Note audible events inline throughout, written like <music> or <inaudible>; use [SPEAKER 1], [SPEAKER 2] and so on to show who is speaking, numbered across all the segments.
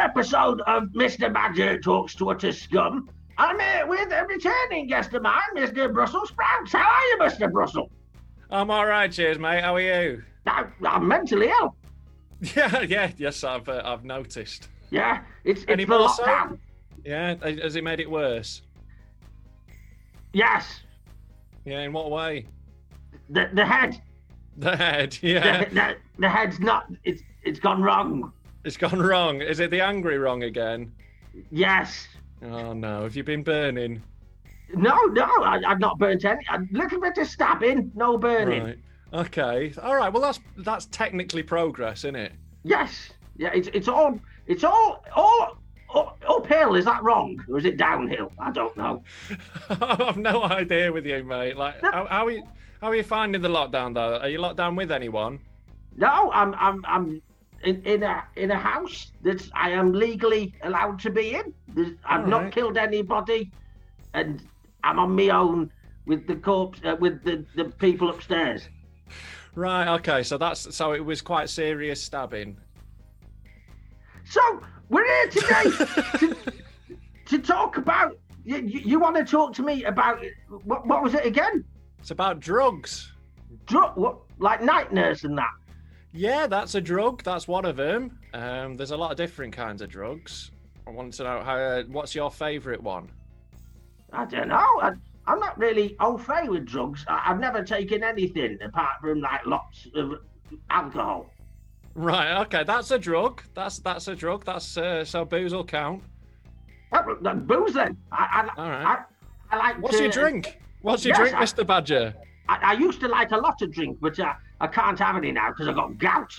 [SPEAKER 1] episode of Mr. Badger Talks to Utter Scum. I'm here with a returning guest of mine, Mr. Brussels Sprouts. How are you, Mr. Brussels?
[SPEAKER 2] I'm all right, cheers, mate. How are you? <laughs>
[SPEAKER 1] I, I'm mentally ill.
[SPEAKER 2] Yeah, yeah, yes, I've uh, I've noticed.
[SPEAKER 1] Yeah, it's, it's
[SPEAKER 2] Any
[SPEAKER 1] the
[SPEAKER 2] more so?
[SPEAKER 1] lockdown.
[SPEAKER 2] Yeah, has it made it worse?
[SPEAKER 1] Yes,
[SPEAKER 2] Yeah, in what way? <laughs>
[SPEAKER 1] the, the head.
[SPEAKER 2] The head. <laughs>
[SPEAKER 1] The,
[SPEAKER 2] Yeah,
[SPEAKER 1] <laughs> the, the head's not, it's, it's gone wrong.
[SPEAKER 2] it's gone wrong. Is it the angry wrong again?
[SPEAKER 1] Yes.
[SPEAKER 2] Oh no, have you been burning?
[SPEAKER 1] No, no, I, I've not burnt any. A little bit of stabbing, no burning.
[SPEAKER 2] Right. Okay. All right. Well, that's that's technically progress, isn't it? <laughs>
[SPEAKER 1] Yes. Yeah, it's it's all it's all all up- uphill. Is that wrong or is it downhill? I don't know.
[SPEAKER 2] I've no idea with you, mate. Like, how, how are you? How are you finding the lockdown though? Are you locked down with anyone?
[SPEAKER 1] No, I'm I'm I'm in, in a in a house that I am legally allowed to be in. There's, I've
[SPEAKER 2] All
[SPEAKER 1] not
[SPEAKER 2] right.
[SPEAKER 1] killed anybody, and I'm on my own with the corpse uh, with the the people upstairs.
[SPEAKER 2] Right. Okay. So that's so it was quite serious stabbing.
[SPEAKER 1] So we're here today to, to talk about. You, you want to talk to me about what what was it again?
[SPEAKER 2] It's about drugs.
[SPEAKER 1] Drug, what like night nurse and that.
[SPEAKER 2] Yeah, that's a drug. That's one of them. Um, there's a lot of different kinds of drugs. I wanted to know how. Uh, what's your favourite one?
[SPEAKER 1] I don't know. I, I'm not really au fait with drugs. I, I've never taken anything apart from like lots of alcohol.
[SPEAKER 2] Right. Okay. That's a drug. That's that's a drug. That's uh, so booze will count.
[SPEAKER 1] Oh, no, booze then. I, I,
[SPEAKER 2] All right.
[SPEAKER 1] I, I like.
[SPEAKER 2] What's
[SPEAKER 1] to,
[SPEAKER 2] your drink? What's your
[SPEAKER 1] Yes,
[SPEAKER 2] drink,
[SPEAKER 1] I-
[SPEAKER 2] Mister Badger? <laughs>
[SPEAKER 1] I, I used to like a lot of drink, but uh, I can't have any now because I got gout.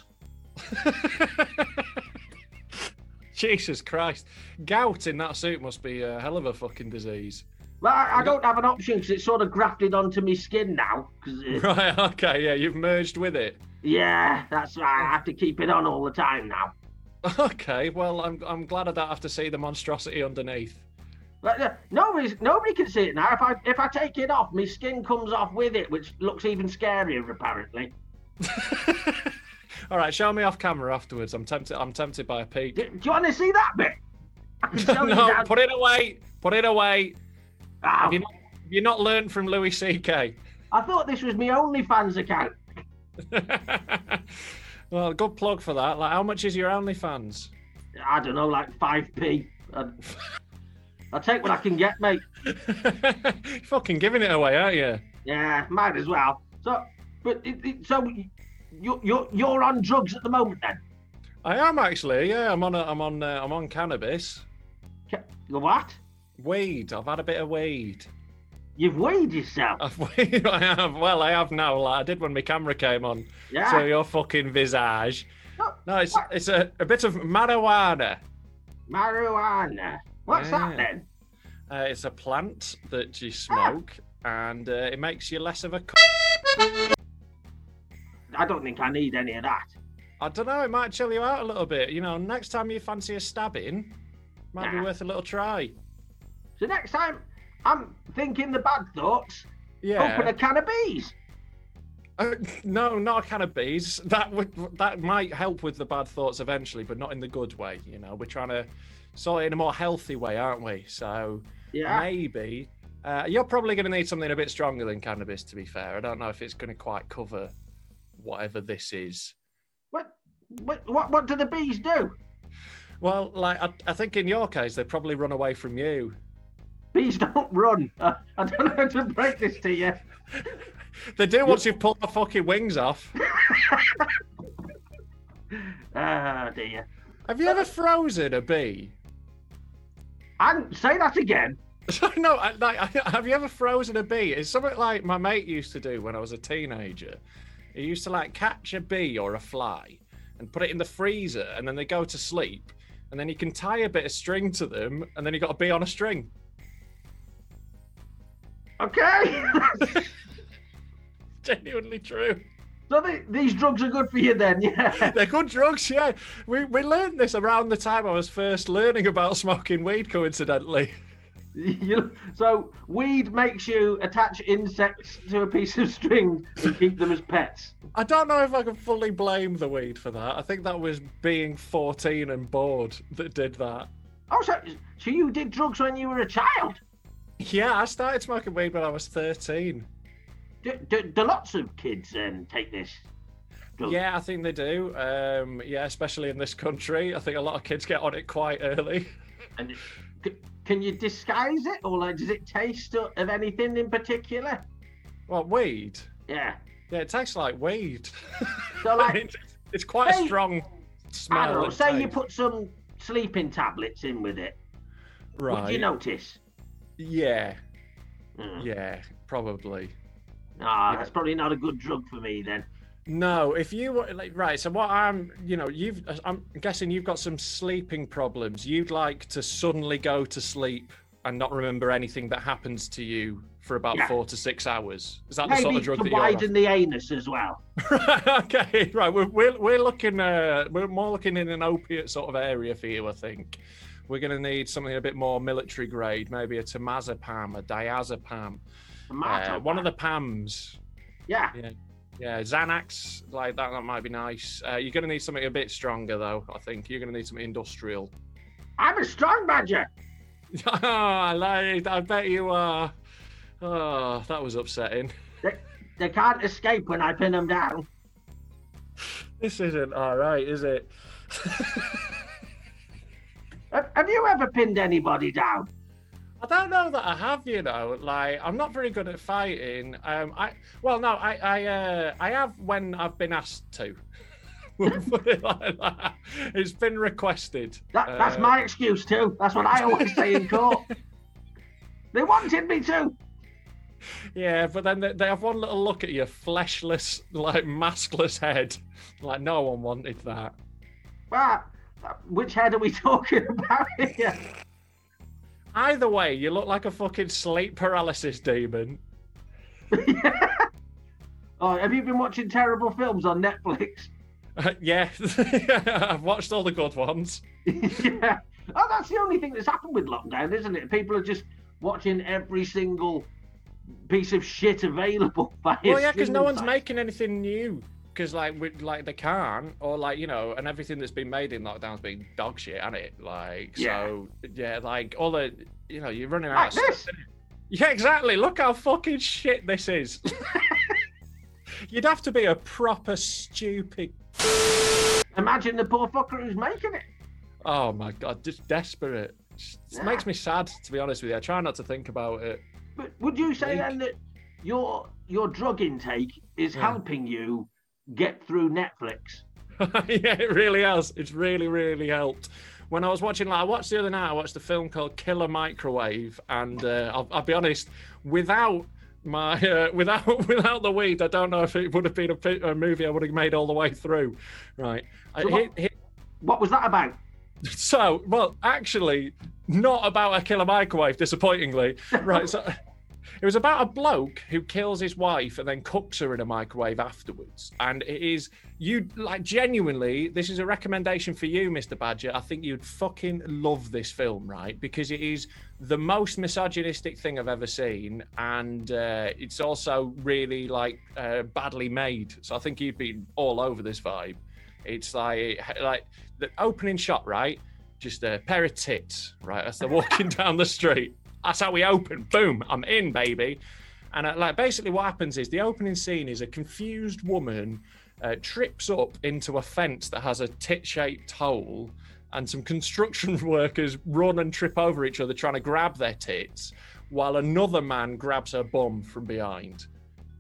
[SPEAKER 2] Jesus Christ! Gout in that suit must be a hell of a fucking disease. <laughs>
[SPEAKER 1] Well, I, I don't have an option because it's sort of grafted onto my skin now. 'cause, uh,
[SPEAKER 2] Right. Okay. Yeah, you've merged with it.
[SPEAKER 1] <laughs>
[SPEAKER 2] <laughs>
[SPEAKER 1] yeah, that's right. I have to keep it on all the time now.
[SPEAKER 2] Okay. Well, I'm I'm glad I don't have to see the monstrosity underneath.
[SPEAKER 1] But, uh, nobody, nobody can see it now. If I if I take it off, my skin comes off with it, which looks even scarier apparently.
[SPEAKER 2] <laughs> All right, show me off camera afterwards. I'm tempted. I'm tempted by a peek.
[SPEAKER 1] Do,
[SPEAKER 2] <laughs>
[SPEAKER 1] do you want to see that bit? I can show you
[SPEAKER 2] no,
[SPEAKER 1] that.
[SPEAKER 2] put it away. Put it away.
[SPEAKER 1] Oh,
[SPEAKER 2] Have you not, have you not learned from Louis C.K.?
[SPEAKER 1] I thought this was my OnlyFans account.
[SPEAKER 2] <laughs> well, good plug for that. Like, how much is your OnlyFans? <laughs>
[SPEAKER 1] I don't know, like 5p. I, I take what I can get, mate.
[SPEAKER 2] You're fucking giving it away, aren't you?
[SPEAKER 1] Yeah, might as well. So, but it, it, so you, you're you're on drugs at the moment, then?
[SPEAKER 2] I am actually. Yeah, I'm on. A, I'm on. Uh, I'm on cannabis.
[SPEAKER 1] Ca- You what?
[SPEAKER 2] Weed. I've had a bit of weed. <laughs>
[SPEAKER 1] You've weighed yourself.
[SPEAKER 2] I've, I have. Well, I have now. Like I did when my camera came on.
[SPEAKER 1] yeah. Oh,
[SPEAKER 2] So your fucking visage.
[SPEAKER 1] No,
[SPEAKER 2] No, it's it's a, a bit of marijuana.
[SPEAKER 1] marijuana. What's
[SPEAKER 2] Yeah.
[SPEAKER 1] that then?
[SPEAKER 2] Uh, it's a plant that
[SPEAKER 1] Ah!
[SPEAKER 2] you smoke, and uh, it makes you less of a. C-
[SPEAKER 1] I don't think I need any of that.
[SPEAKER 2] I don't know. It might chill you out a little bit. You know, next time you fancy a stabbing, might be
[SPEAKER 1] Nah. Oh
[SPEAKER 2] worth a little try.
[SPEAKER 1] So next time, I'm thinking the bad thoughts. Open
[SPEAKER 2] Yeah.
[SPEAKER 1] a can of bees.
[SPEAKER 2] Uh, no, not a can of bees. That would that might help with the bad thoughts eventually, but not in the good way. You know, we're trying to sort it in a more healthy way, aren't we? So
[SPEAKER 1] Yeah.
[SPEAKER 2] maybe. Uh, you're probably going to need something a bit stronger than cannabis, to be fair. I don't know if it's going to quite cover whatever this is.
[SPEAKER 1] What, what what what do the bees do?
[SPEAKER 2] Well, like I, I think in your case, they probably run away from you.
[SPEAKER 1] Bees don't run. <laughs> I, I don't know how to break this to you.
[SPEAKER 2] They do once you've pulled the fucking wings off.
[SPEAKER 1] Oh dear.
[SPEAKER 2] Have you ever frozen a bee? <laughs>
[SPEAKER 1] And say that again.
[SPEAKER 2] no, I, like, <laughs> I, have you ever frozen a bee? It's something like my mate used to do when I was a teenager. He used to like catch a bee or a fly and put it in the freezer, and then they go to sleep, and then you can tie a bit of string to them, and then you got a bee on a string. <laughs>
[SPEAKER 1] Okay. <laughs>
[SPEAKER 2] Genuinely true.
[SPEAKER 1] so the, these drugs are good for you then, <laughs> yeah.
[SPEAKER 2] They're good drugs, yeah. We we learned this around the time I was first learning about smoking weed, coincidentally.
[SPEAKER 1] You, so weed makes you attach insects to a piece of string and keep them as pets.
[SPEAKER 2] I don't know if I can fully blame the weed for that. I think that was being 14 and bored that did that.
[SPEAKER 1] Oh, so, so you did drugs when you were a child?
[SPEAKER 2] Yeah, I started smoking weed when I was 13.
[SPEAKER 1] Do, do, do lots of kids um, take this? drug?
[SPEAKER 2] Yeah, I think they do. Um, yeah, especially in this country. I think a lot of kids get on it quite early.
[SPEAKER 1] And c- can you disguise it, or like, does it taste o- of anything in particular?
[SPEAKER 2] Well, weed.
[SPEAKER 1] Yeah.
[SPEAKER 2] Yeah, it tastes like weed. <laughs>
[SPEAKER 1] So
[SPEAKER 2] I mean,
[SPEAKER 1] like,
[SPEAKER 2] it's- it's quite a
[SPEAKER 1] Hey.
[SPEAKER 2] strong smell.
[SPEAKER 1] I don't know.
[SPEAKER 2] and
[SPEAKER 1] Say you
[SPEAKER 2] taste.
[SPEAKER 1] put some sleeping tablets in with it.
[SPEAKER 2] right.
[SPEAKER 1] Would you notice?
[SPEAKER 2] Yeah,
[SPEAKER 1] Mm.
[SPEAKER 2] yeah, probably.
[SPEAKER 1] Ah,
[SPEAKER 2] Yeah.
[SPEAKER 1] that's probably not a good drug for me then.
[SPEAKER 2] No, if you were like, right, so what I'm, you know, you've, I'm guessing you've got some sleeping problems. You'd like to suddenly go to sleep and not remember anything that happens to you for about
[SPEAKER 1] Yeah.
[SPEAKER 2] four to six hours. Is that the sort
[SPEAKER 1] Maybe
[SPEAKER 2] of drug
[SPEAKER 1] to
[SPEAKER 2] that you're on?
[SPEAKER 1] widen the anus as well.
[SPEAKER 2] Right, <laughs> okay, right. We're, we're, we're looking, uh, we're more looking in an opiate sort of area for you, I think. We're going to need something a bit more military grade, maybe a temazepam, a diazepam,
[SPEAKER 1] Tomato.
[SPEAKER 2] uh, one of the PAMs.
[SPEAKER 1] yeah.
[SPEAKER 2] Yeah, Xanax, like that, that might be nice. Uh, you're going to need something a bit stronger, though, I think. You're going to need something industrial. <laughs>
[SPEAKER 1] I'm a strong badger.
[SPEAKER 2] oh, I lied. I bet you are. Oh, that was upsetting.
[SPEAKER 1] They can't escape when I pin them down.
[SPEAKER 2] This isn't all right, is <laughs> it?
[SPEAKER 1] Have, have you ever pinned anybody down?
[SPEAKER 2] I don't know that I have, you know. Like, I'm not very good at fighting. Um, I well, no, I I uh, I have when I've been asked to. <laughs> We'll put it like that. It's been requested.
[SPEAKER 1] That, that's
[SPEAKER 2] Uh,
[SPEAKER 1] my excuse too. That's what I always say in
[SPEAKER 2] <laughs>
[SPEAKER 1] court. They wanted me to.
[SPEAKER 2] Yeah, but then they, they have one little look at your fleshless, like maskless head. Like no one wanted that.
[SPEAKER 1] But uh, which head are we <laughs> talking about here?
[SPEAKER 2] Either way, you look like a fucking sleep paralysis demon. <laughs>
[SPEAKER 1] Oh, have you been watching terrible films on Netflix?
[SPEAKER 2] yeah, <laughs> I've watched all the good ones.
[SPEAKER 1] yeah. Oh, that's the only thing that's happened with lockdown, isn't it? People are just watching every single piece of shit available. <laughs> By
[SPEAKER 2] Well, yeah, because no
[SPEAKER 1] streaming
[SPEAKER 2] one's
[SPEAKER 1] site.
[SPEAKER 2] making anything new. Because like, we, like they can't, or like you know, and everything that's been made in lockdown's been dog shit, hasn't it? Like, so yeah, like all the, you know, you're running out.
[SPEAKER 1] like
[SPEAKER 2] of stuff.
[SPEAKER 1] this.
[SPEAKER 2] Yeah, exactly. Look how fucking shit this is. You'd have to be a proper stupid.
[SPEAKER 1] Imagine the poor fucker who's making it.
[SPEAKER 2] Oh my god, just desperate. It
[SPEAKER 1] Yeah.
[SPEAKER 2] makes me sad, to be honest with you. I try not to think about it. <laughs>
[SPEAKER 1] But would you say
[SPEAKER 2] Link.
[SPEAKER 1] then that your your drug intake is
[SPEAKER 2] Yeah.
[SPEAKER 1] helping you get through Netflix?
[SPEAKER 2] yeah, it really has. It's really, really helped. When I was watching, like, I watched the other night, I watched a film called Killer Microwave, and uh, I'll, I'll be honest, without my uh, <laughs> without without the weed, I don't know if it would have been a, fi- a movie I would have made all the way through. Right. I-
[SPEAKER 1] So what-
[SPEAKER 2] he- he-
[SPEAKER 1] What was that about? <laughs>
[SPEAKER 2] so well, actually, not about a killer microwave, disappointingly. Right. So it was about a bloke who kills his wife and then cooks her in a microwave afterwards. And it is you like genuinely, this is a recommendation for you, Mr. Badger. I think you'd fucking love this film, right? Because it is the most misogynistic thing I've ever seen, and uh, it's also really like uh, badly made. So I think you'd be all over this vibe. It's like like the opening shot, right? Just a pair of tits, right? As they're walking <laughs> down the street. That's how we open. Boom, I'm in, baby. And uh, like basically, what happens is the opening scene is a confused woman uh, trips up into a fence that has a tit-shaped hole, and some construction <laughs> workers run and trip over each other trying to grab their tits, while another man grabs her bum from behind.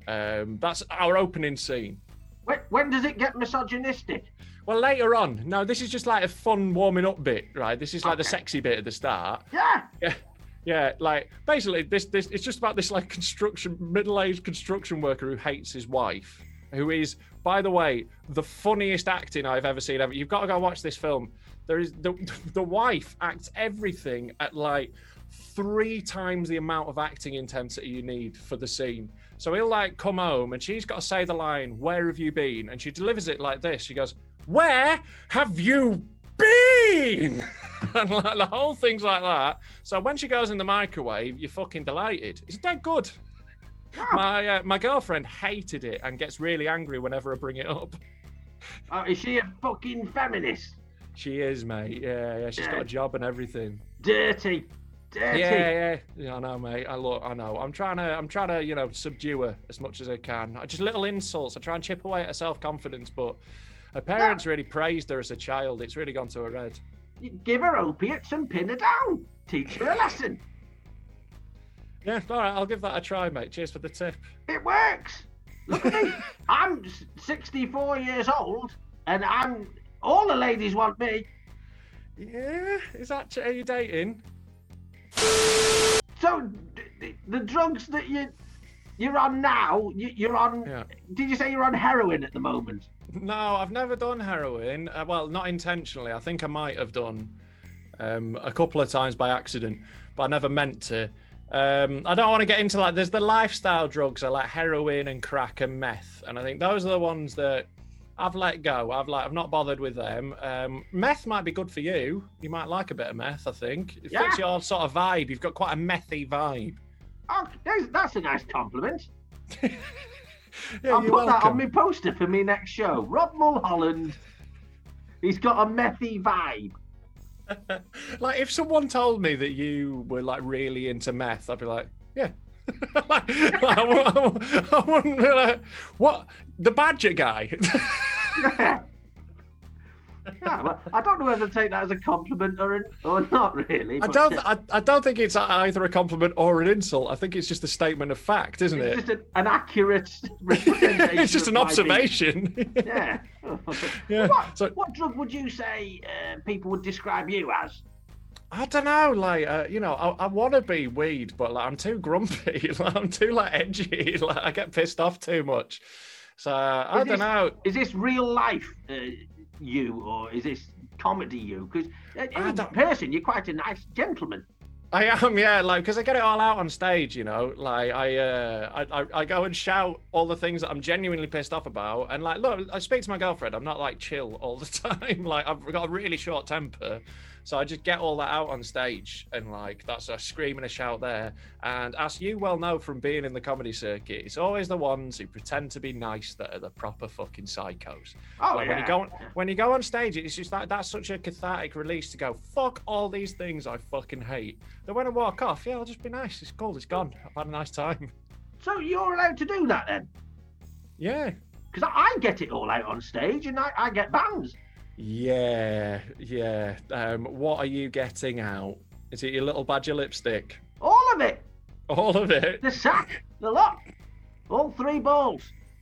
[SPEAKER 2] Um, that's our opening scene.
[SPEAKER 1] When, when does it get misogynistic?
[SPEAKER 2] Well, later on. No, this is just like a fun warming up bit, right? This is like the
[SPEAKER 1] Okay.
[SPEAKER 2] sexy bit at the start.
[SPEAKER 1] Yeah.
[SPEAKER 2] Yeah, like basically this this it's just about this like construction middle-aged construction worker who hates his wife, who is, by the way, the funniest acting I've ever seen ever. You've got to go watch this film. There is the the wife acts everything at like three times the amount of acting intensity you need for the scene. So he'll like come home and she's got to say the line, Where have you been? And she delivers it like this. She goes, Where have you bean. <laughs> and like, the whole thing's like that. So when she goes in the microwave, you're fucking delighted. It's dead good.
[SPEAKER 1] Wow.
[SPEAKER 2] My uh, my girlfriend hated it and gets really angry whenever I bring it up.
[SPEAKER 1] Oh, is she a fucking feminist?
[SPEAKER 2] She is, mate. Yeah, yeah. She's got a job and everything.
[SPEAKER 1] Dirty. Dirty.
[SPEAKER 2] Yeah, yeah. Yeah, I know, mate. I look, I know. I'm trying to, I'm trying to, you know, subdue her as much as I can. I just little insults. I try and chip away at her self confidence, but her parents really praised her as a child. It's really gone to her head.
[SPEAKER 1] You give her opiates and pin her down. Teach her a lesson.
[SPEAKER 2] Yeah, all right. I'll give that a try, mate. Cheers for the tip.
[SPEAKER 1] It works. Look at
[SPEAKER 2] <laughs>
[SPEAKER 1] me. I'm s- 64 years old, and I'm all the ladies want me.
[SPEAKER 2] Yeah, is that are you dating?
[SPEAKER 1] So d- d- the drugs that you you're on now, you, you're on.
[SPEAKER 2] Yeah.
[SPEAKER 1] Did you say you're on heroin at the moment?
[SPEAKER 2] No, I've never done heroin. Uh, well, not intentionally. I think I might have done um, a couple of times by accident, but I never meant to. Um, I don't want to get into like there's the lifestyle drugs are like heroin and crack and meth, and I think those are the ones that I've let go. I've like I've not bothered with them. Um, meth might be good for you. You might like a bit of meth. I think it
[SPEAKER 1] Yeah.
[SPEAKER 2] fits your sort of vibe. You've got quite a methy vibe.
[SPEAKER 1] Oh, there's, that's a nice compliment.
[SPEAKER 2] Yeah,
[SPEAKER 1] I'll
[SPEAKER 2] you're
[SPEAKER 1] put that on
[SPEAKER 2] welcome.
[SPEAKER 1] my poster for me next show. Rob Mulholland. He's got a methy vibe.
[SPEAKER 2] like if someone told me that you were like really into meth, I'd be like, yeah. <laughs> like, I, wou- I wou- I wouldn't be like, what the badger guy. <laughs>
[SPEAKER 1] yeah, well, I don't know whether to take that as a compliment or, or not really.
[SPEAKER 2] I
[SPEAKER 1] but,
[SPEAKER 2] don't.
[SPEAKER 1] uh,
[SPEAKER 2] I, I don't think it's either a compliment or an insult. I think it's just a statement of fact, isn't
[SPEAKER 1] It's
[SPEAKER 2] it? <laughs>
[SPEAKER 1] just an, an accurate <laughs> representation.
[SPEAKER 2] it's just
[SPEAKER 1] of
[SPEAKER 2] an
[SPEAKER 1] my
[SPEAKER 2] observation. <laughs>
[SPEAKER 1] being. Yeah.
[SPEAKER 2] yeah.
[SPEAKER 1] What,
[SPEAKER 2] So
[SPEAKER 1] what drug would you say uh, people would describe you as?
[SPEAKER 2] I don't know. Like uh, you know, I, I want to be weed, but like I'm too grumpy. <laughs> Like, I'm too like edgy. <laughs> Like I get pissed off too much. So I
[SPEAKER 1] Is
[SPEAKER 2] don't
[SPEAKER 1] this-
[SPEAKER 2] know.
[SPEAKER 1] Is this real life uh, you or is this comedy you? Because uh, as a
[SPEAKER 2] don't-
[SPEAKER 1] person, you're quite a nice gentleman.
[SPEAKER 2] I am, yeah, like because I get it all out on stage, you know. Like I, uh, I, I, I go and shout all the things that I'm genuinely pissed off about, and like, look, I speak to my girlfriend. I'm not like chill all the <laughs> time. Like I've got a really short temper, so I just get all that out on stage, and like that's a scream and a shout there. And as you well know from being in the comedy circuit, it's always the ones who pretend to be nice that are the proper fucking psychos.
[SPEAKER 1] Oh,
[SPEAKER 2] Like,
[SPEAKER 1] yeah.
[SPEAKER 2] when you go on, when you go on stage, it's just like that's such a cathartic release to go fuck all these things I fucking hate. Then when I walk off, yeah, I'll just be nice. It's cold. It's gone. I've had a nice time. <laughs>
[SPEAKER 1] So you're allowed to do that then?
[SPEAKER 2] Yeah,
[SPEAKER 1] Because I, I get it all out on stage and I, I get bans.
[SPEAKER 2] yeah, yeah. Um, what are you getting out? Is it your little badger lipstick?
[SPEAKER 1] All of it.
[SPEAKER 2] All of it.
[SPEAKER 1] The sack, the lot, all three balls.
[SPEAKER 2] <laughs>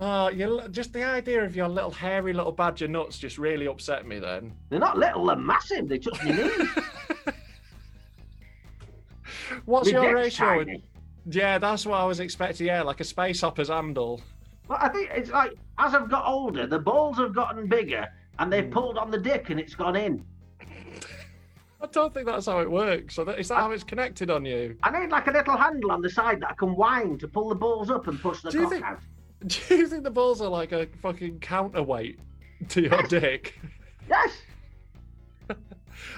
[SPEAKER 2] Oh, you l- just the idea of your little hairy little badger nuts just really upset me. Then <laughs>
[SPEAKER 1] They're not little, they're massive. They touch my knees.
[SPEAKER 2] what's
[SPEAKER 1] My
[SPEAKER 2] your
[SPEAKER 1] dick's
[SPEAKER 2] ratio?
[SPEAKER 1] tiny.
[SPEAKER 2] Yeah, that's what I was expecting. Yeah, like a space hopper's handle.
[SPEAKER 1] Well, I think it's like as I've got older, the balls have gotten bigger and they've
[SPEAKER 2] Mm.
[SPEAKER 1] pulled on the dick and it's gone in.
[SPEAKER 2] I don't think that's how it works. So that- Is that how it's connected on you? <laughs>
[SPEAKER 1] I need like a little handle on the side that I can wind to pull the balls up and push the
[SPEAKER 2] Do you
[SPEAKER 1] cock
[SPEAKER 2] think-
[SPEAKER 1] out.
[SPEAKER 2] Do you think the balls are like a fucking counterweight to your dick?
[SPEAKER 1] Yes.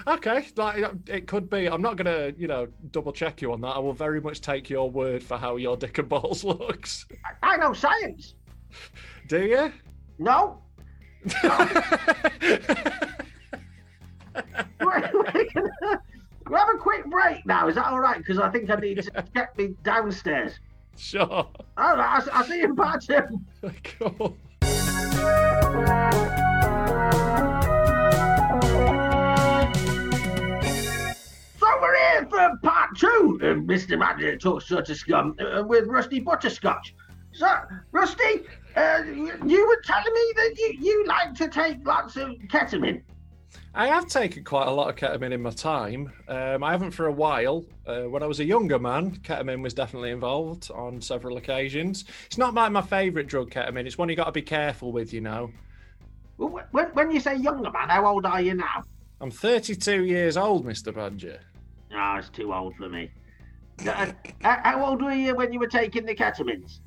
[SPEAKER 2] Okay, like it could be. I'm not gonna, you know, double check you on that. I will very much take your word for how your dick and balls <laughs> looks.
[SPEAKER 1] I- I know science.
[SPEAKER 2] Do you? <laughs>
[SPEAKER 1] No. <laughs> We're, we have a quick break now. Is that all right? Because I think I need to
[SPEAKER 2] <laughs>
[SPEAKER 1] get me downstairs.
[SPEAKER 2] sure. <laughs>
[SPEAKER 1] All right. I'll, s- I'll see you in part two.
[SPEAKER 2] Cool.
[SPEAKER 1] So we're here for part two uh, of Mr. Badger Talks Sort of Scum uh, with Rusty Butterscotch. So, Rusty, uh, you you were telling me that you, you like to take lots of ketamine.
[SPEAKER 2] I have taken quite a lot of ketamine in my time. Um, I haven't for a while. Uh, when I was a younger man, ketamine was definitely involved on several occasions. It's not like my favourite drug, ketamine. It's one you got to be careful with, you know.
[SPEAKER 1] Well, wh- When, when you say younger man, how old are you now?
[SPEAKER 2] I'm 32 years old, Mr. Badger.
[SPEAKER 1] Ah, it's <laughs> too old for me. Uh, uh, how old were you when you were taking the ketamines?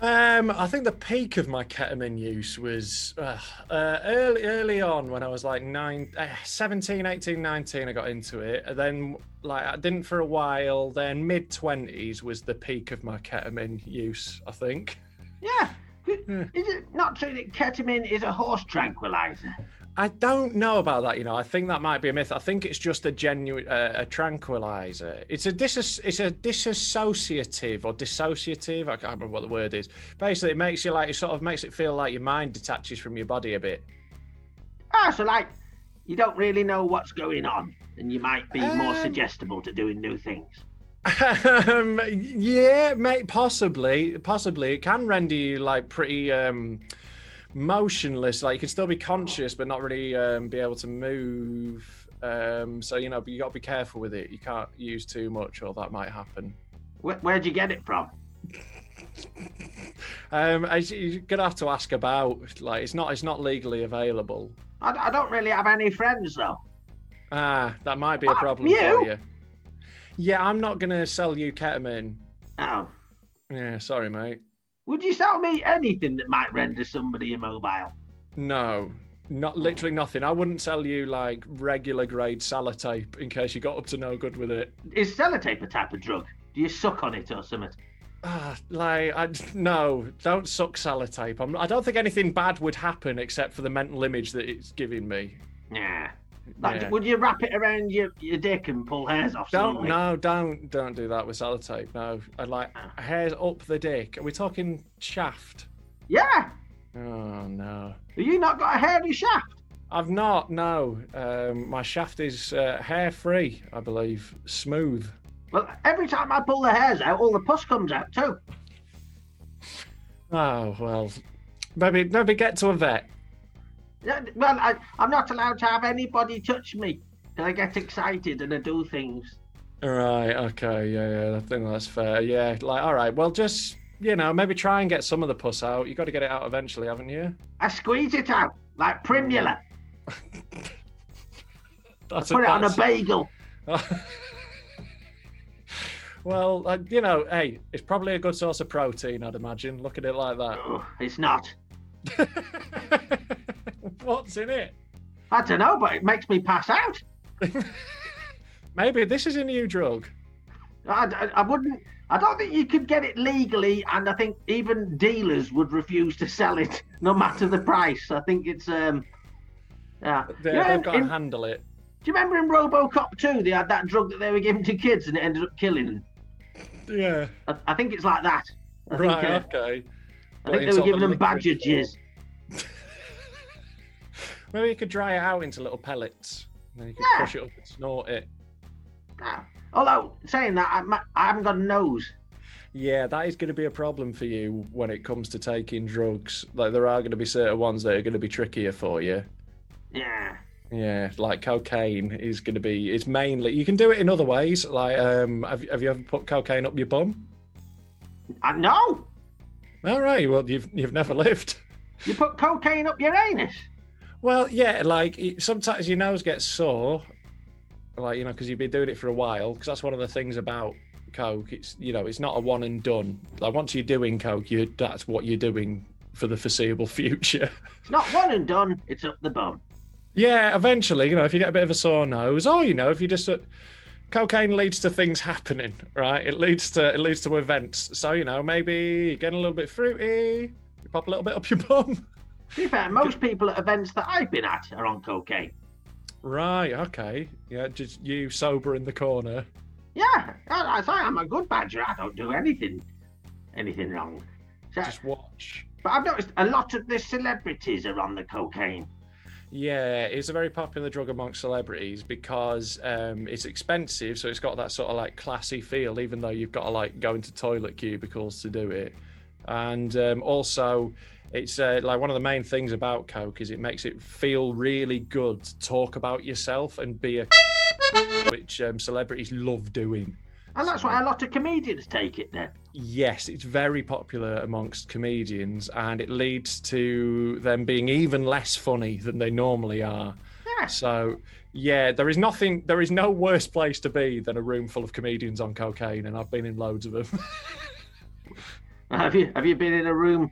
[SPEAKER 2] Um, I think the peak of my ketamine use was uh, uh, early, early on when I was like nine, uh, 17, 18, 19, I got into it. And then, like, I didn't for a while. Then, mid 20s was the peak of my ketamine use, I think.
[SPEAKER 1] Yeah. Hmm. Is it not true that ketamine is a horse tranquilizer?
[SPEAKER 2] I don't know about that. You know, I think that might be a myth. I think it's just a genuine uh, a tranquilizer. It's a dis it's a disassociative or dissociative. I can't remember what the word is. Basically, it makes you like it sort of makes it feel like your mind detaches from your body a bit. <laughs>
[SPEAKER 1] Ah, so like you don't really know what's going on, and you might be more
[SPEAKER 2] Um,
[SPEAKER 1] suggestible to doing new things.
[SPEAKER 2] um, yeah, mate, possibly, possibly it can render you like pretty um, motionless. Like you can still be conscious, but not really um, be able to move. Um, so you know, but you got to be careful with it. You can't use too much, or that might happen.
[SPEAKER 1] Where, where'd you get it from?
[SPEAKER 2] Um, I- you're gonna have to ask about. Like, it's not, it's not legally available.
[SPEAKER 1] I, I don't really have any friends though.
[SPEAKER 2] Ah, that might be a
[SPEAKER 1] Fuck
[SPEAKER 2] problem
[SPEAKER 1] you.
[SPEAKER 2] for you. Yeah, I'm not gonna sell you ketamine.
[SPEAKER 1] Oh,
[SPEAKER 2] Yeah, sorry, mate.
[SPEAKER 1] would you sell me anything that might render somebody immobile?
[SPEAKER 2] No, not literally nothing. I wouldn't sell you like regular grade sellotape in case you got up to no good with it.
[SPEAKER 1] Is sellotape a type of drug? Do you suck on it or something?
[SPEAKER 2] Ah, like, I, no, don't suck sellotape. I'm, I don't think anything bad would happen except for the mental image that it's giving me.
[SPEAKER 1] Yeah. Like,
[SPEAKER 2] Yeah.
[SPEAKER 1] would you wrap it around your, your dick and pull hairs off?
[SPEAKER 2] Don't
[SPEAKER 1] somebody?
[SPEAKER 2] no, don't don't do that with sellotape. No, I'd like
[SPEAKER 1] Ah.
[SPEAKER 2] hairs up the dick. Are we talking shaft?
[SPEAKER 1] Yeah.
[SPEAKER 2] Oh no,
[SPEAKER 1] Have you not got a hairy shaft?
[SPEAKER 2] I've not. No, um, my shaft is uh, hair free. I believe smooth.
[SPEAKER 1] Well, every time I pull the hairs out, all the pus comes out too.
[SPEAKER 2] Oh well, maybe maybe get to a vet.
[SPEAKER 1] Yeah, Well, I, I'm not allowed to have anybody touch me. 'cause I get excited and I do things.
[SPEAKER 2] Right. Okay. Yeah. Yeah. I think that's fair. Yeah. Like all right. Well, just you know, maybe try and get some of the puss out. You got to get it out eventually, haven't you?
[SPEAKER 1] I squeeze it out like Primula.
[SPEAKER 2] That's
[SPEAKER 1] Put it on a
[SPEAKER 2] that's-
[SPEAKER 1] bagel.
[SPEAKER 2] <laughs> well, uh, you know, hey, it's probably a good source of protein, I'd imagine. Look at it like
[SPEAKER 1] Ugh, Oh, it's not.
[SPEAKER 2] that. <laughs> What's in it?
[SPEAKER 1] I don't know, but it makes me pass out.
[SPEAKER 2] Maybe this is a new drug.
[SPEAKER 1] I, I, I wouldn't. I don't think you could get it legally, and I think even dealers would refuse to sell it, no matter the price. I think it's um. Yeah.
[SPEAKER 2] They,
[SPEAKER 1] You know,
[SPEAKER 2] have got
[SPEAKER 1] in-
[SPEAKER 2] to handle it.
[SPEAKER 1] do you remember in RoboCop 2, they had that drug that they were giving to kids and it ended up killing them?
[SPEAKER 2] Yeah.
[SPEAKER 1] I, I think it's like that. I think,
[SPEAKER 2] <laughs> Right.
[SPEAKER 1] uh, I
[SPEAKER 2] okay. But
[SPEAKER 1] think
[SPEAKER 2] in
[SPEAKER 1] they were
[SPEAKER 2] sort of
[SPEAKER 1] giving them
[SPEAKER 2] liquid
[SPEAKER 1] badger
[SPEAKER 2] form.
[SPEAKER 1] jizz.
[SPEAKER 2] Maybe you could dry it out into little pellets. And then you could
[SPEAKER 1] Yeah.
[SPEAKER 2] crush it up and snort it.
[SPEAKER 1] Ah. Although, saying that, I, ma- I haven't got a nose.
[SPEAKER 2] Yeah, that is going to be a problem for you when it comes to taking drugs. Like, there are going to be certain ones that are going to be trickier for you.
[SPEAKER 1] Yeah.
[SPEAKER 2] Yeah, like cocaine is going to be. It's mainly you can do it in other ways. Like, um, have, have you ever put cocaine up your bum?
[SPEAKER 1] I, no!
[SPEAKER 2] All right, well you've you've never <laughs> lived.
[SPEAKER 1] You put cocaine up your anus.
[SPEAKER 2] Well, yeah, like it- sometimes your nose gets sore, like you know, because you've been doing it for a while. Because that's one of the things about coke. It's you know, it's not a one and done. Like once you're doing coke, you that's what you're doing for the foreseeable <laughs> future.
[SPEAKER 1] It's not one and done, it's up the bum.
[SPEAKER 2] Yeah, eventually, you know, if you get a bit of a sore nose, or you know, if you just uh, cocaine leads to things happening, right? It leads to it leads to events. So you know, maybe getting a little bit fruity, you pop a little bit up your bum. <laughs>
[SPEAKER 1] To be fair, most people at events that I've been at are on cocaine.
[SPEAKER 2] Right, okay, yeah, just you sober in the corner.
[SPEAKER 1] Yeah, I, I say I'm a good badger. I don't do anything, anything wrong. So,
[SPEAKER 2] Just watch.
[SPEAKER 1] but I've noticed a lot of the celebrities are on the cocaine.
[SPEAKER 2] Yeah, it's a very popular drug amongst celebrities because um, it's expensive, so it's got that sort of like classy feel, even though you've got to like go into toilet cubicles to do it. And um, also, it's uh, like one of the main things about coke is it makes it feel really good to talk about yourself and be a <laughs> which um, celebrities love doing.
[SPEAKER 1] And that's why a lot of comedians take it then. <laughs>
[SPEAKER 2] Yes, it's very popular amongst comedians, and it leads to them being even less funny than they normally are.
[SPEAKER 1] Yes.
[SPEAKER 2] So yeah, there is nothing, there is no worse place to be than a room full of comedians on cocaine, and I've been in loads of them.
[SPEAKER 1] Have you have you been in a room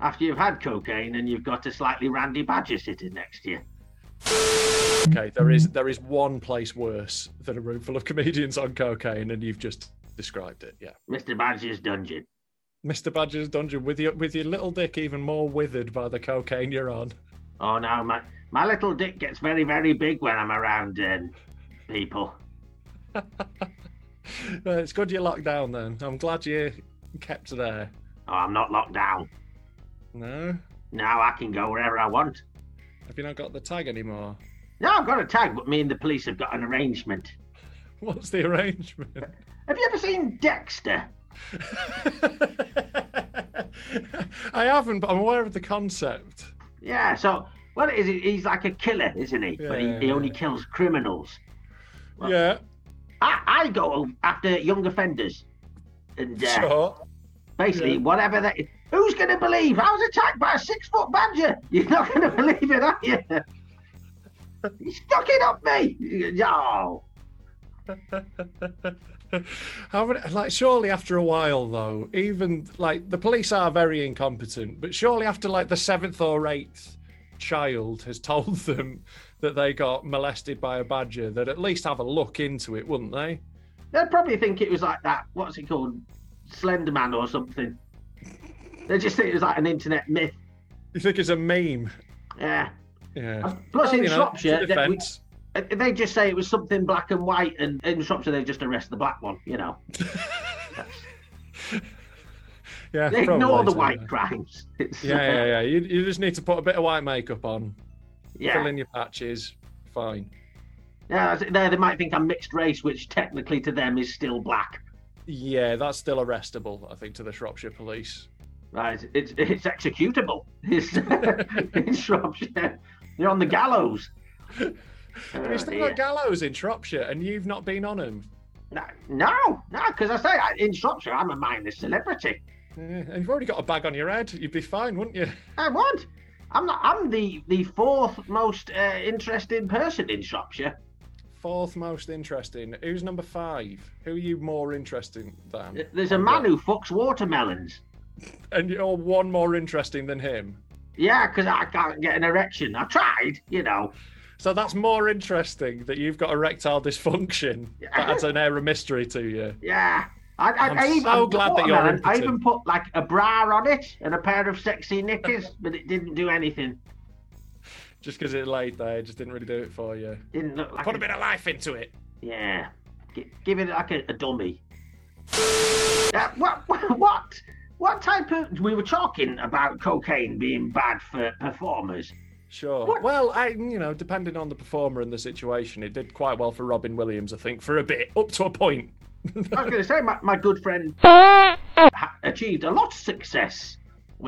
[SPEAKER 1] after you've had cocaine and you've got a slightly randy badger sitting next to you?
[SPEAKER 2] Okay, there is there is one place worse than a room full of comedians on cocaine, and you've just described it. Yeah,
[SPEAKER 1] Mr. Badger's dungeon.
[SPEAKER 2] Mr. Badger's dungeon with your with your little dick even more withered by the cocaine you're on. <laughs>
[SPEAKER 1] Oh no, my my little dick gets very very big when I'm around um, people.
[SPEAKER 2] Well, it's good you locked down then. I'm glad you kept there.
[SPEAKER 1] Oh, I'm not locked down.
[SPEAKER 2] No,
[SPEAKER 1] Now I can go wherever I want.
[SPEAKER 2] have you not got the tag anymore?
[SPEAKER 1] No, I've got a tag, but me and the police have got an arrangement.
[SPEAKER 2] <laughs> What's the arrangement?
[SPEAKER 1] Have you ever seen Dexter?
[SPEAKER 2] <laughs> I haven't, but I'm aware of the concept.
[SPEAKER 1] Yeah, so well, is he? He's like a killer, isn't he? but he,
[SPEAKER 2] Yeah,
[SPEAKER 1] he
[SPEAKER 2] yeah.
[SPEAKER 1] only kills criminals. Well-
[SPEAKER 2] yeah,
[SPEAKER 1] I, I go after young offenders, and uh,
[SPEAKER 2] sure.
[SPEAKER 1] basically
[SPEAKER 2] yeah.
[SPEAKER 1] whatever that. Who's going to believe I was attacked by a six-foot badger? <laughs> You're not going to believe it, are
[SPEAKER 2] <laughs>
[SPEAKER 1] you? he stuck it up me. Oh,
[SPEAKER 2] <laughs> How many, like surely after a while though, even like the police are very incompetent, but surely after like the seventh or eighth child has told <laughs> them that they got molested by a badger, they'd at least have a look into it, wouldn't they?
[SPEAKER 1] they probably think it was like that. What's it called? Slender Man or something. They just think it was like an internet myth.
[SPEAKER 2] You think it's a meme?
[SPEAKER 1] Yeah.
[SPEAKER 2] Yeah.
[SPEAKER 1] Plus, in
[SPEAKER 2] You know,
[SPEAKER 1] Shropshire,
[SPEAKER 2] to
[SPEAKER 1] they, we-
[SPEAKER 2] defence.
[SPEAKER 1] Uh, They just say it was something black and white, and in Shropshire they just arrest the black one. You know,
[SPEAKER 2] yeah,
[SPEAKER 1] they ignore the
[SPEAKER 2] probably,
[SPEAKER 1] white
[SPEAKER 2] yeah.
[SPEAKER 1] crimes. <laughs> It's,
[SPEAKER 2] Yeah,
[SPEAKER 1] uh,
[SPEAKER 2] yeah, yeah. You, you just need to put a bit of white makeup on,
[SPEAKER 1] yeah.
[SPEAKER 2] fill in your patches, fine.
[SPEAKER 1] Yeah, that's it. They, they might think I'm mixed race, which technically to them is still black.
[SPEAKER 2] Yeah, that's still arrestable, I think, to the Shropshire police.
[SPEAKER 1] Right? It's it's executable. <laughs> It's, in Shropshire, you're on the
[SPEAKER 2] <laughs>
[SPEAKER 1] gallows. Uh,
[SPEAKER 2] But It's
[SPEAKER 1] Oh,
[SPEAKER 2] not
[SPEAKER 1] dear.
[SPEAKER 2] got gallows in Shropshire, and you've not been on them.
[SPEAKER 1] no, no, because I say I, in Shropshire I'm a minor celebrity.
[SPEAKER 2] And you've already got a bag on your head. You'd be fine, wouldn't you?
[SPEAKER 1] I would. I'm not. I'm the the fourth most uh, interesting person in Shropshire.
[SPEAKER 2] Fourth most interesting. Who's number five? Who are you more interesting than?
[SPEAKER 1] There's a man who fucks watermelons.
[SPEAKER 2] And you're one more interesting than him.
[SPEAKER 1] Yeah, because I can't get an erection. I tried, you know.
[SPEAKER 2] So that's more interesting that you've got erectile dysfunction. That adds an air of mystery to you.
[SPEAKER 1] Yeah. I, I,
[SPEAKER 2] I'm
[SPEAKER 1] I even,
[SPEAKER 2] so glad that you're
[SPEAKER 1] watermelon, I
[SPEAKER 2] impotent.
[SPEAKER 1] even put like a bra on it and a pair of sexy knickers, <laughs> but it didn't do anything.
[SPEAKER 2] Just because it laid there, it just didn't really do it for you.
[SPEAKER 1] Didn't look like.
[SPEAKER 2] Put a bit of life into it.
[SPEAKER 1] Yeah. G- give it like a, a dummy. Yeah, what, <laughs> what, what type of? We were talking about cocaine being bad for performers.
[SPEAKER 2] Sure.
[SPEAKER 1] What-
[SPEAKER 2] Well, I, you know, depending on the performer and the situation, it did quite well for Robin Williams, I think, for a bit, up to a point.
[SPEAKER 1] I was going to say my, my good friend ha- achieved a lot of success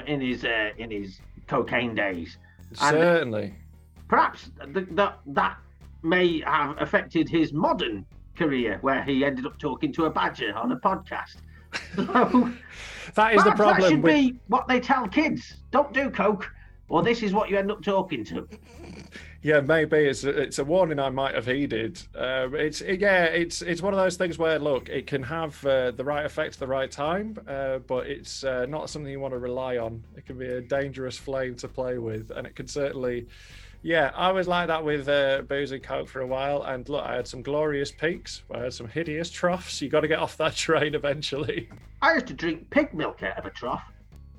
[SPEAKER 1] in his uh, in his cocaine days. And-
[SPEAKER 2] Certainly.
[SPEAKER 1] perhaps th- that that may have affected his modern career, where he ended up talking to a badger on a podcast.
[SPEAKER 2] <laughs>
[SPEAKER 1] So,
[SPEAKER 2] That is
[SPEAKER 1] perhaps
[SPEAKER 2] the
[SPEAKER 1] that
[SPEAKER 2] problem
[SPEAKER 1] should
[SPEAKER 2] with
[SPEAKER 1] be what they tell kids: don't do coke, or this is what you end up talking to.
[SPEAKER 2] Yeah, maybe it's a, it's a warning I might have heeded. Uh, it's it- yeah, it's it's one of those things where look, it can have uh, the right effect at the right time, uh, but it's uh, not something you want to rely on. It can be a dangerous flame to play with, and it can certainly. Yeah, I was like that with uh, booze and coke for a while, and look, I had some glorious peaks, I had some hideous troughs. You got to get off that <laughs> train eventually.
[SPEAKER 1] I used to drink pig milk out of a trough.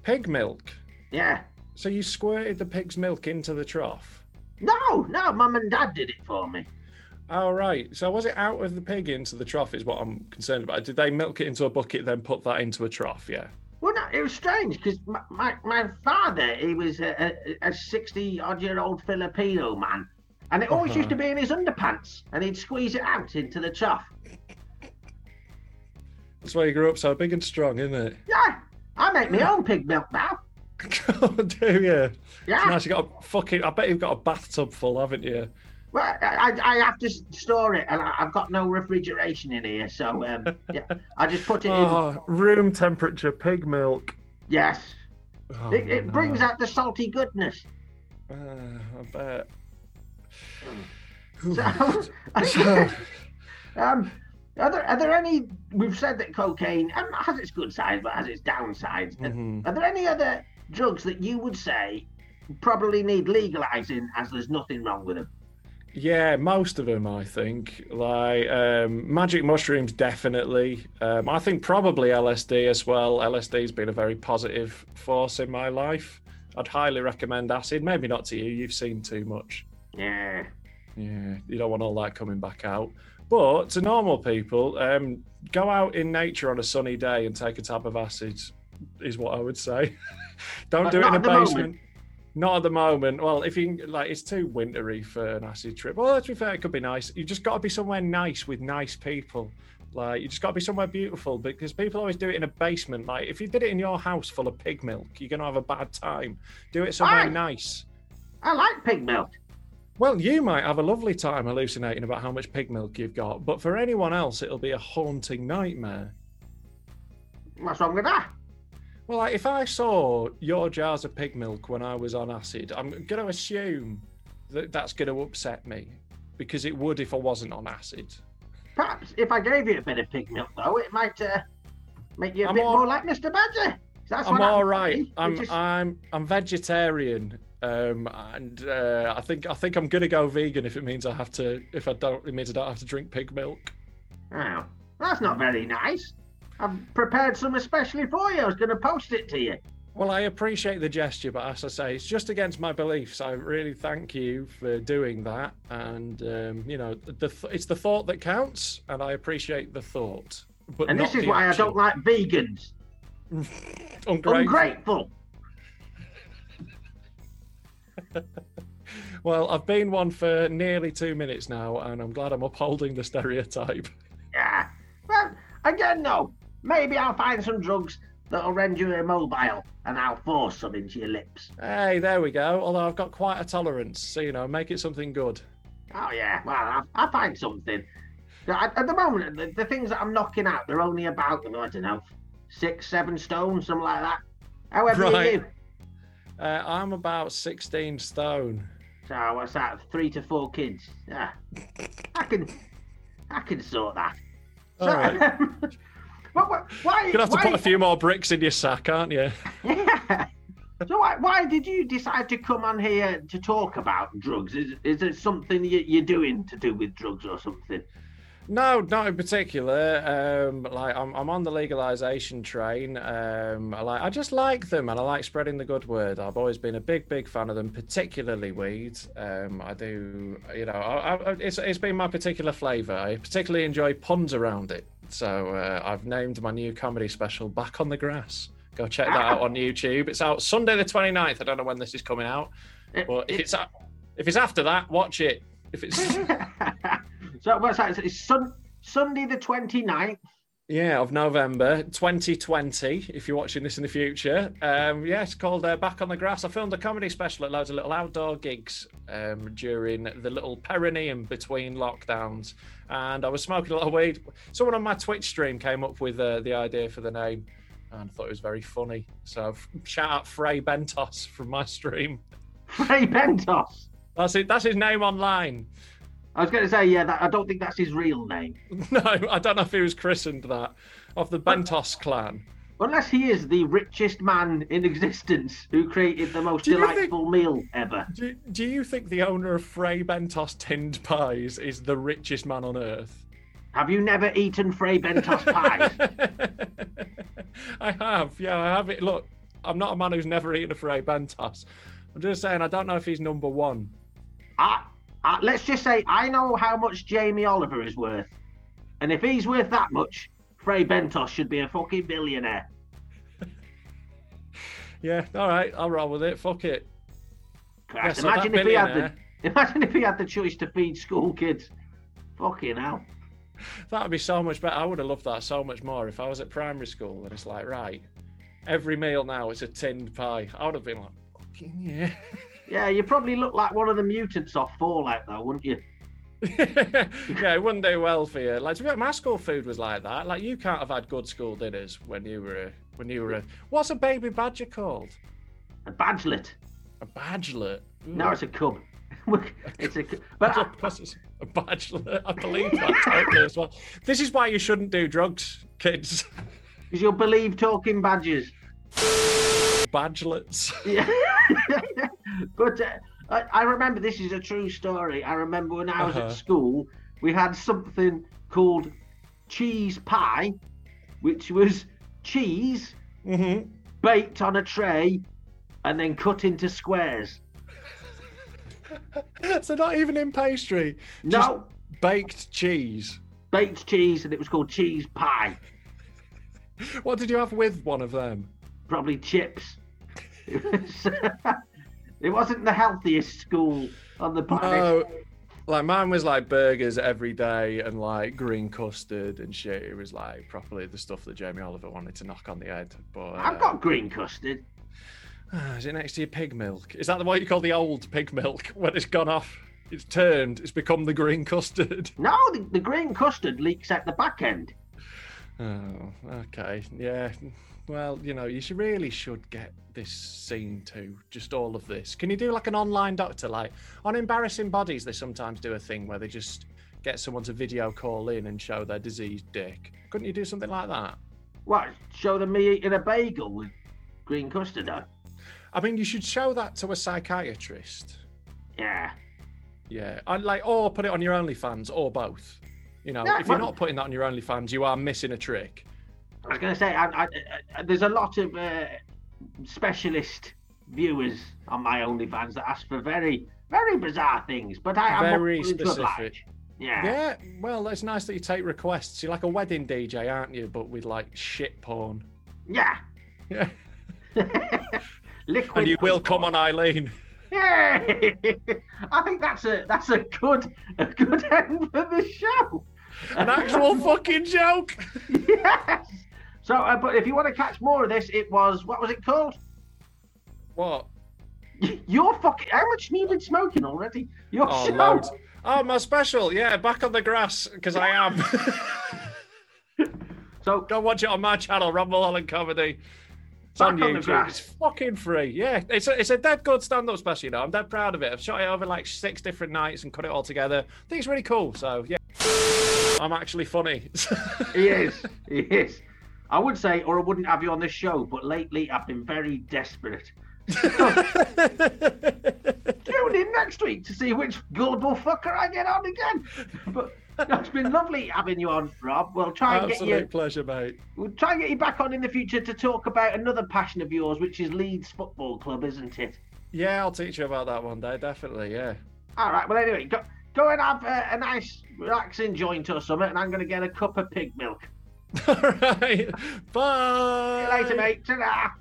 [SPEAKER 2] Pig milk.
[SPEAKER 1] Yeah.
[SPEAKER 2] So you squirted the pig's milk into the trough.
[SPEAKER 1] No, no, mum and dad did it for me.
[SPEAKER 2] All Oh, right. So was it out of the pig into the trough? Is what I'm concerned about. Did they milk it into a bucket, then put that into a trough? Yeah.
[SPEAKER 1] Well, no, it was strange because my, my, my father, he was a, a- a 60 odd year old Filipino man, and it always used to be in his underpants, and he'd squeeze it out into the trough.
[SPEAKER 2] That's why you grew up so big and strong, isn't it? <laughs>
[SPEAKER 1] Yeah, I make my own pig milk now.
[SPEAKER 2] God, do you? It's
[SPEAKER 1] Yeah,
[SPEAKER 2] nice. You got a fucking. I bet you've got a bathtub full, haven't you?
[SPEAKER 1] well, I, I I have to s- store it, and I, I've got no refrigeration in here, so um, yeah, I just put it in.
[SPEAKER 2] <laughs> Oh, room temperature pig milk.
[SPEAKER 1] Yes,
[SPEAKER 2] Oh,
[SPEAKER 1] it, it brings
[SPEAKER 2] no.
[SPEAKER 1] out the salty goodness.
[SPEAKER 2] Ah, I bet.
[SPEAKER 1] So,
[SPEAKER 2] <sighs>
[SPEAKER 1] <laughs>
[SPEAKER 2] So,
[SPEAKER 1] um, Are there, are there any? We've said that cocaine um, has its good sides, but has its downsides. Are-
[SPEAKER 2] Mhm.
[SPEAKER 1] Are there any other drugs that you would say probably need legalizing as there's nothing wrong with them?
[SPEAKER 2] Yeah, most of them, I think. Like um, magic mushrooms, definitely. Um, I think probably LSD as well. LSD's been a very positive force in my life. I'd highly recommend acid. Maybe not to you. You've seen too much.
[SPEAKER 1] Yeah.
[SPEAKER 2] Yeah, you don't want all that coming back out. But to normal people, um, go out in nature on a sunny day and take a tab of acid, is what I would say. <laughs> don't
[SPEAKER 1] But
[SPEAKER 2] do it in
[SPEAKER 1] not
[SPEAKER 2] a
[SPEAKER 1] at the moment.
[SPEAKER 2] basement. Not at the moment. Well, if you like, it's too wintry for an acid trip. Well, to be fair, it could be nice. You just got to be somewhere nice with nice people. Like, you just got to be somewhere beautiful because people always do it in a basement. Like, if you did it in your house full of pig milk, you're gonna have a bad time. Do it somewhere
[SPEAKER 1] Aye.
[SPEAKER 2] nice.
[SPEAKER 1] I like pig milk.
[SPEAKER 2] Well, you might have a lovely time hallucinating about how much pig milk you've got, but for anyone else, it'll be a haunting nightmare.
[SPEAKER 1] What's wrong with that?
[SPEAKER 2] Well, like, if I saw your jars of pig milk when I was on acid, I'm going to assume that that's going to upset me because it would if I wasn't on acid.
[SPEAKER 1] Perhaps if I gave you a bit of pig milk, though, it might uh, make you a
[SPEAKER 2] I'm
[SPEAKER 1] bit
[SPEAKER 2] all-
[SPEAKER 1] more like Mr. Badger. 'Cause That's
[SPEAKER 2] I'm
[SPEAKER 1] what happened
[SPEAKER 2] all
[SPEAKER 1] to
[SPEAKER 2] right.
[SPEAKER 1] me. You
[SPEAKER 2] I'm
[SPEAKER 1] just-
[SPEAKER 2] I'm I'm vegetarian, um, and uh, I think I think I'm going to go vegan if it means I have to if I don't it means I don't have to drink pig milk.
[SPEAKER 1] Oh, that's not very nice. I've prepared some especially for you. I was going to post it to you.
[SPEAKER 2] Well, I appreciate the gesture, but as I say, it's just against my beliefs. I really thank you for doing that, and um, you know, the th- it's the thought that counts, and I appreciate the thought. But
[SPEAKER 1] And
[SPEAKER 2] not
[SPEAKER 1] this is
[SPEAKER 2] the
[SPEAKER 1] why
[SPEAKER 2] action.
[SPEAKER 1] I don't like vegans.
[SPEAKER 2] Ungrateful.
[SPEAKER 1] Ungrateful.
[SPEAKER 2] Well, I've been one for nearly two minutes now, and I'm glad I'm upholding the stereotype. <laughs>
[SPEAKER 1] Yeah. Well, again, no. Maybe I'll find some drugs that'll render you immobile and I'll force some into your lips.
[SPEAKER 2] Hey, there we go. Although I've got quite a tolerance, so you know, make it something good.
[SPEAKER 1] Oh, yeah. Well, I'll, I'll find something. So At, at the moment, the, the things that I'm knocking out, they're only about, I don't know, six, seven stone, something like that. However,
[SPEAKER 2] Right.
[SPEAKER 1] you do.
[SPEAKER 2] Uh, I'm about 16 stone.
[SPEAKER 1] So what's that? Three to four kids. Yeah, I can, I can sort that. So,
[SPEAKER 2] All right.
[SPEAKER 1] <laughs> what, what, why?
[SPEAKER 2] You're gonna have to
[SPEAKER 1] why,
[SPEAKER 2] put a few more bricks in your sack, aren't you?
[SPEAKER 1] <laughs> So why, why did you decide to come on here to talk about drugs? Is is there something you, you're doing to do with drugs or something? <laughs>
[SPEAKER 2] No, not in particular. Um, like I'm, I'm on the legalization train. Um, I like I just like them, and I like spreading the good word. I've always been a big, big fan of them, particularly weed. Um, I do, you know, I, I, it's it's been my particular flavour. I particularly enjoy puns around it. So uh, I've named my new comedy special "Back on the Grass." Go check that out on YouTube. It's out Sunday the 29th. I don't know when this is coming out,
[SPEAKER 1] It-
[SPEAKER 2] but if
[SPEAKER 1] it-
[SPEAKER 2] it's a- if it's after that, watch it.
[SPEAKER 1] <laughs>
[SPEAKER 2] If it's
[SPEAKER 1] so what's that? It's sun, Sunday the <laughs> 29th.
[SPEAKER 2] Yeah, of November 2020. If you're watching this in the future, um, yeah, it's called uh, Back on the Grass. I filmed a comedy special at loads of little outdoor gigs um, during the little perineum between lockdowns, and I was smoking a lot of weed. Someone on my Twitch stream came up with uh, the idea for the name, and I thought it was very funny. So f- <laughs> shout out Frey Bentos from my stream.
[SPEAKER 1] Frey Bentos.
[SPEAKER 2] That's it. That's his name online. <laughs>
[SPEAKER 1] I was going to say yeah. That, I don't think that's his real name,
[SPEAKER 2] No, I don't know if he was christened that of the Bentos clan.
[SPEAKER 1] unless he is the richest man in <laughs> existence who created the most
[SPEAKER 2] Do you think-
[SPEAKER 1] delightful meal ever.
[SPEAKER 2] Do, do you think the owner of Frey Bentos tinned pies is the richest man on earth?
[SPEAKER 1] Have you never eaten Frey Bentos
[SPEAKER 2] <laughs>
[SPEAKER 1] pies?
[SPEAKER 2] I have, yeah, I have it. Look, I'm not a man who's never eaten a Frey Bentos. I'm just saying, I don't know if he's number one.
[SPEAKER 1] I, I, let's just say I know how much Jamie Oliver is worth, and if he's worth that much, Frey Bentos should be a fucking billionaire.
[SPEAKER 2] Yeah, all right, I'll roll with it. Fuck it.
[SPEAKER 1] Christ,
[SPEAKER 2] Yeah, so
[SPEAKER 1] imagine
[SPEAKER 2] that
[SPEAKER 1] if he had the imagine if he had the choice to feed school kids. Fucking hell.
[SPEAKER 2] That would be so much better. I would have loved that so much more if I was at primary school and it's like, right, every meal now it's a tinned pie. I would have been like, fucking yeah.
[SPEAKER 1] Yeah, you probably look like one of the mutants off Fallout, though, wouldn't you?
[SPEAKER 2] yeah, it wouldn't do well for you. Like to be honest, my school food was like that. Like you can't have had good school dinners when you were a, when you were a what's a baby badger called?
[SPEAKER 1] A badgelet.
[SPEAKER 2] A badgelet. Ooh.
[SPEAKER 1] Now it's a cub. <laughs> it's a, but <laughs> I,
[SPEAKER 2] Plus, it's a bachelor. I believe that totally as well. This is why you shouldn't do drugs, kids.
[SPEAKER 1] because you'll believe talking badgers.
[SPEAKER 2] Badgelets.
[SPEAKER 1] Yeah. <laughs> but uh, I, I remember this is a true story. I remember when I was
[SPEAKER 2] Uh-huh.
[SPEAKER 1] at school, we had something called cheese pie, which was cheese
[SPEAKER 2] Mm-hmm.
[SPEAKER 1] baked on a tray and then cut into squares.
[SPEAKER 2] So not even in pastry.
[SPEAKER 1] No,
[SPEAKER 2] Baked cheese.
[SPEAKER 1] baked cheese, and it was called cheese pie.
[SPEAKER 2] What did you have with one of them?
[SPEAKER 1] Probably chips. <laughs> It, was, <laughs> it wasn't the healthiest school on the planet.
[SPEAKER 2] Oh, like mine was like burgers every day and like green custard and shit. It was like properly the stuff that Jamie Oliver wanted to knock on the head. But uh,
[SPEAKER 1] I've got green custard.
[SPEAKER 2] <sighs> is it next to your pig milk? Is that the what you call the old pig milk <laughs> when it's gone off? It's turned. It's become the green custard.
[SPEAKER 1] No, the, the green custard leaks at the back end.
[SPEAKER 2] Oh, okay, yeah. Well, you know, you should really should get this scene too. Just all of this. Can you do like an online doctor? Like on embarrassing bodies, they sometimes do a thing where they just get someone to video call in and show their diseased dick. Couldn't you do something like that?
[SPEAKER 1] What? Show them me eating a bagel with green custard on?
[SPEAKER 2] I mean, you should show that to a psychiatrist.
[SPEAKER 1] Yeah.
[SPEAKER 2] Yeah, and like, or put it on your OnlyFans, or both. You know,
[SPEAKER 1] Yeah,
[SPEAKER 2] if you're
[SPEAKER 1] well-
[SPEAKER 2] not putting that on your OnlyFans, you are missing a trick.
[SPEAKER 1] I was going to say, I, I, I, there's a lot of uh, specialist viewers on my OnlyFans that ask for very, very bizarre things, but I am
[SPEAKER 2] Very
[SPEAKER 1] willing to
[SPEAKER 2] specific.
[SPEAKER 1] oblige. Yeah.
[SPEAKER 2] Yeah, well, it's nice that you take requests. You're like a wedding DJ, aren't you? But with like shit porn.
[SPEAKER 1] Yeah.
[SPEAKER 2] Yeah.
[SPEAKER 1] Liquid.
[SPEAKER 2] <laughs> And you will come on Eileen.
[SPEAKER 1] Yay! <laughs> I think that's a that's a good a good <laughs> end for the show.
[SPEAKER 2] An
[SPEAKER 1] <laughs>
[SPEAKER 2] actual fucking joke.
[SPEAKER 1] yes. So, uh, but if you want to catch more of this, it was what was it called?
[SPEAKER 2] What?
[SPEAKER 1] You're fucking. How much have you been smoking already? You're
[SPEAKER 2] Oh,
[SPEAKER 1] so.
[SPEAKER 2] loads. Oh, my special. Yeah, back on the grass, because I am.
[SPEAKER 1] So
[SPEAKER 2] Go watch it on my channel, Rob Mulholland Comedy. It's
[SPEAKER 1] Back
[SPEAKER 2] on
[SPEAKER 1] on the
[SPEAKER 2] YouTube.
[SPEAKER 1] grass.
[SPEAKER 2] it's fucking free. Yeah, it's a, it's a dead good stand up special, you know. I'm dead proud of it. I've shot it over like six different nights and cut it all together. I think it's really cool. So, yeah. I'm actually funny. <laughs>
[SPEAKER 1] he is. He is. I would say, or I wouldn't have you on this show, but lately I've been very desperate.
[SPEAKER 2] <laughs>
[SPEAKER 1] Tune in next week to see which gullible fucker I get on again. But no, it's been lovely having you on, Rob. We'll try and
[SPEAKER 2] Absolute
[SPEAKER 1] get you.
[SPEAKER 2] pleasure, mate.
[SPEAKER 1] We'll try and get you back on in the future to talk about another passion of yours, which is Leeds Football Club, isn't it?
[SPEAKER 2] Yeah, I'll teach you about that one day, definitely. Yeah. <laughs>
[SPEAKER 1] All right. Well, anyway, go go and have a, a nice relaxing joint or something, and I'm going to get a cup of pig milk.
[SPEAKER 2] All right. Bye.
[SPEAKER 1] See you later, mate. Ta-da.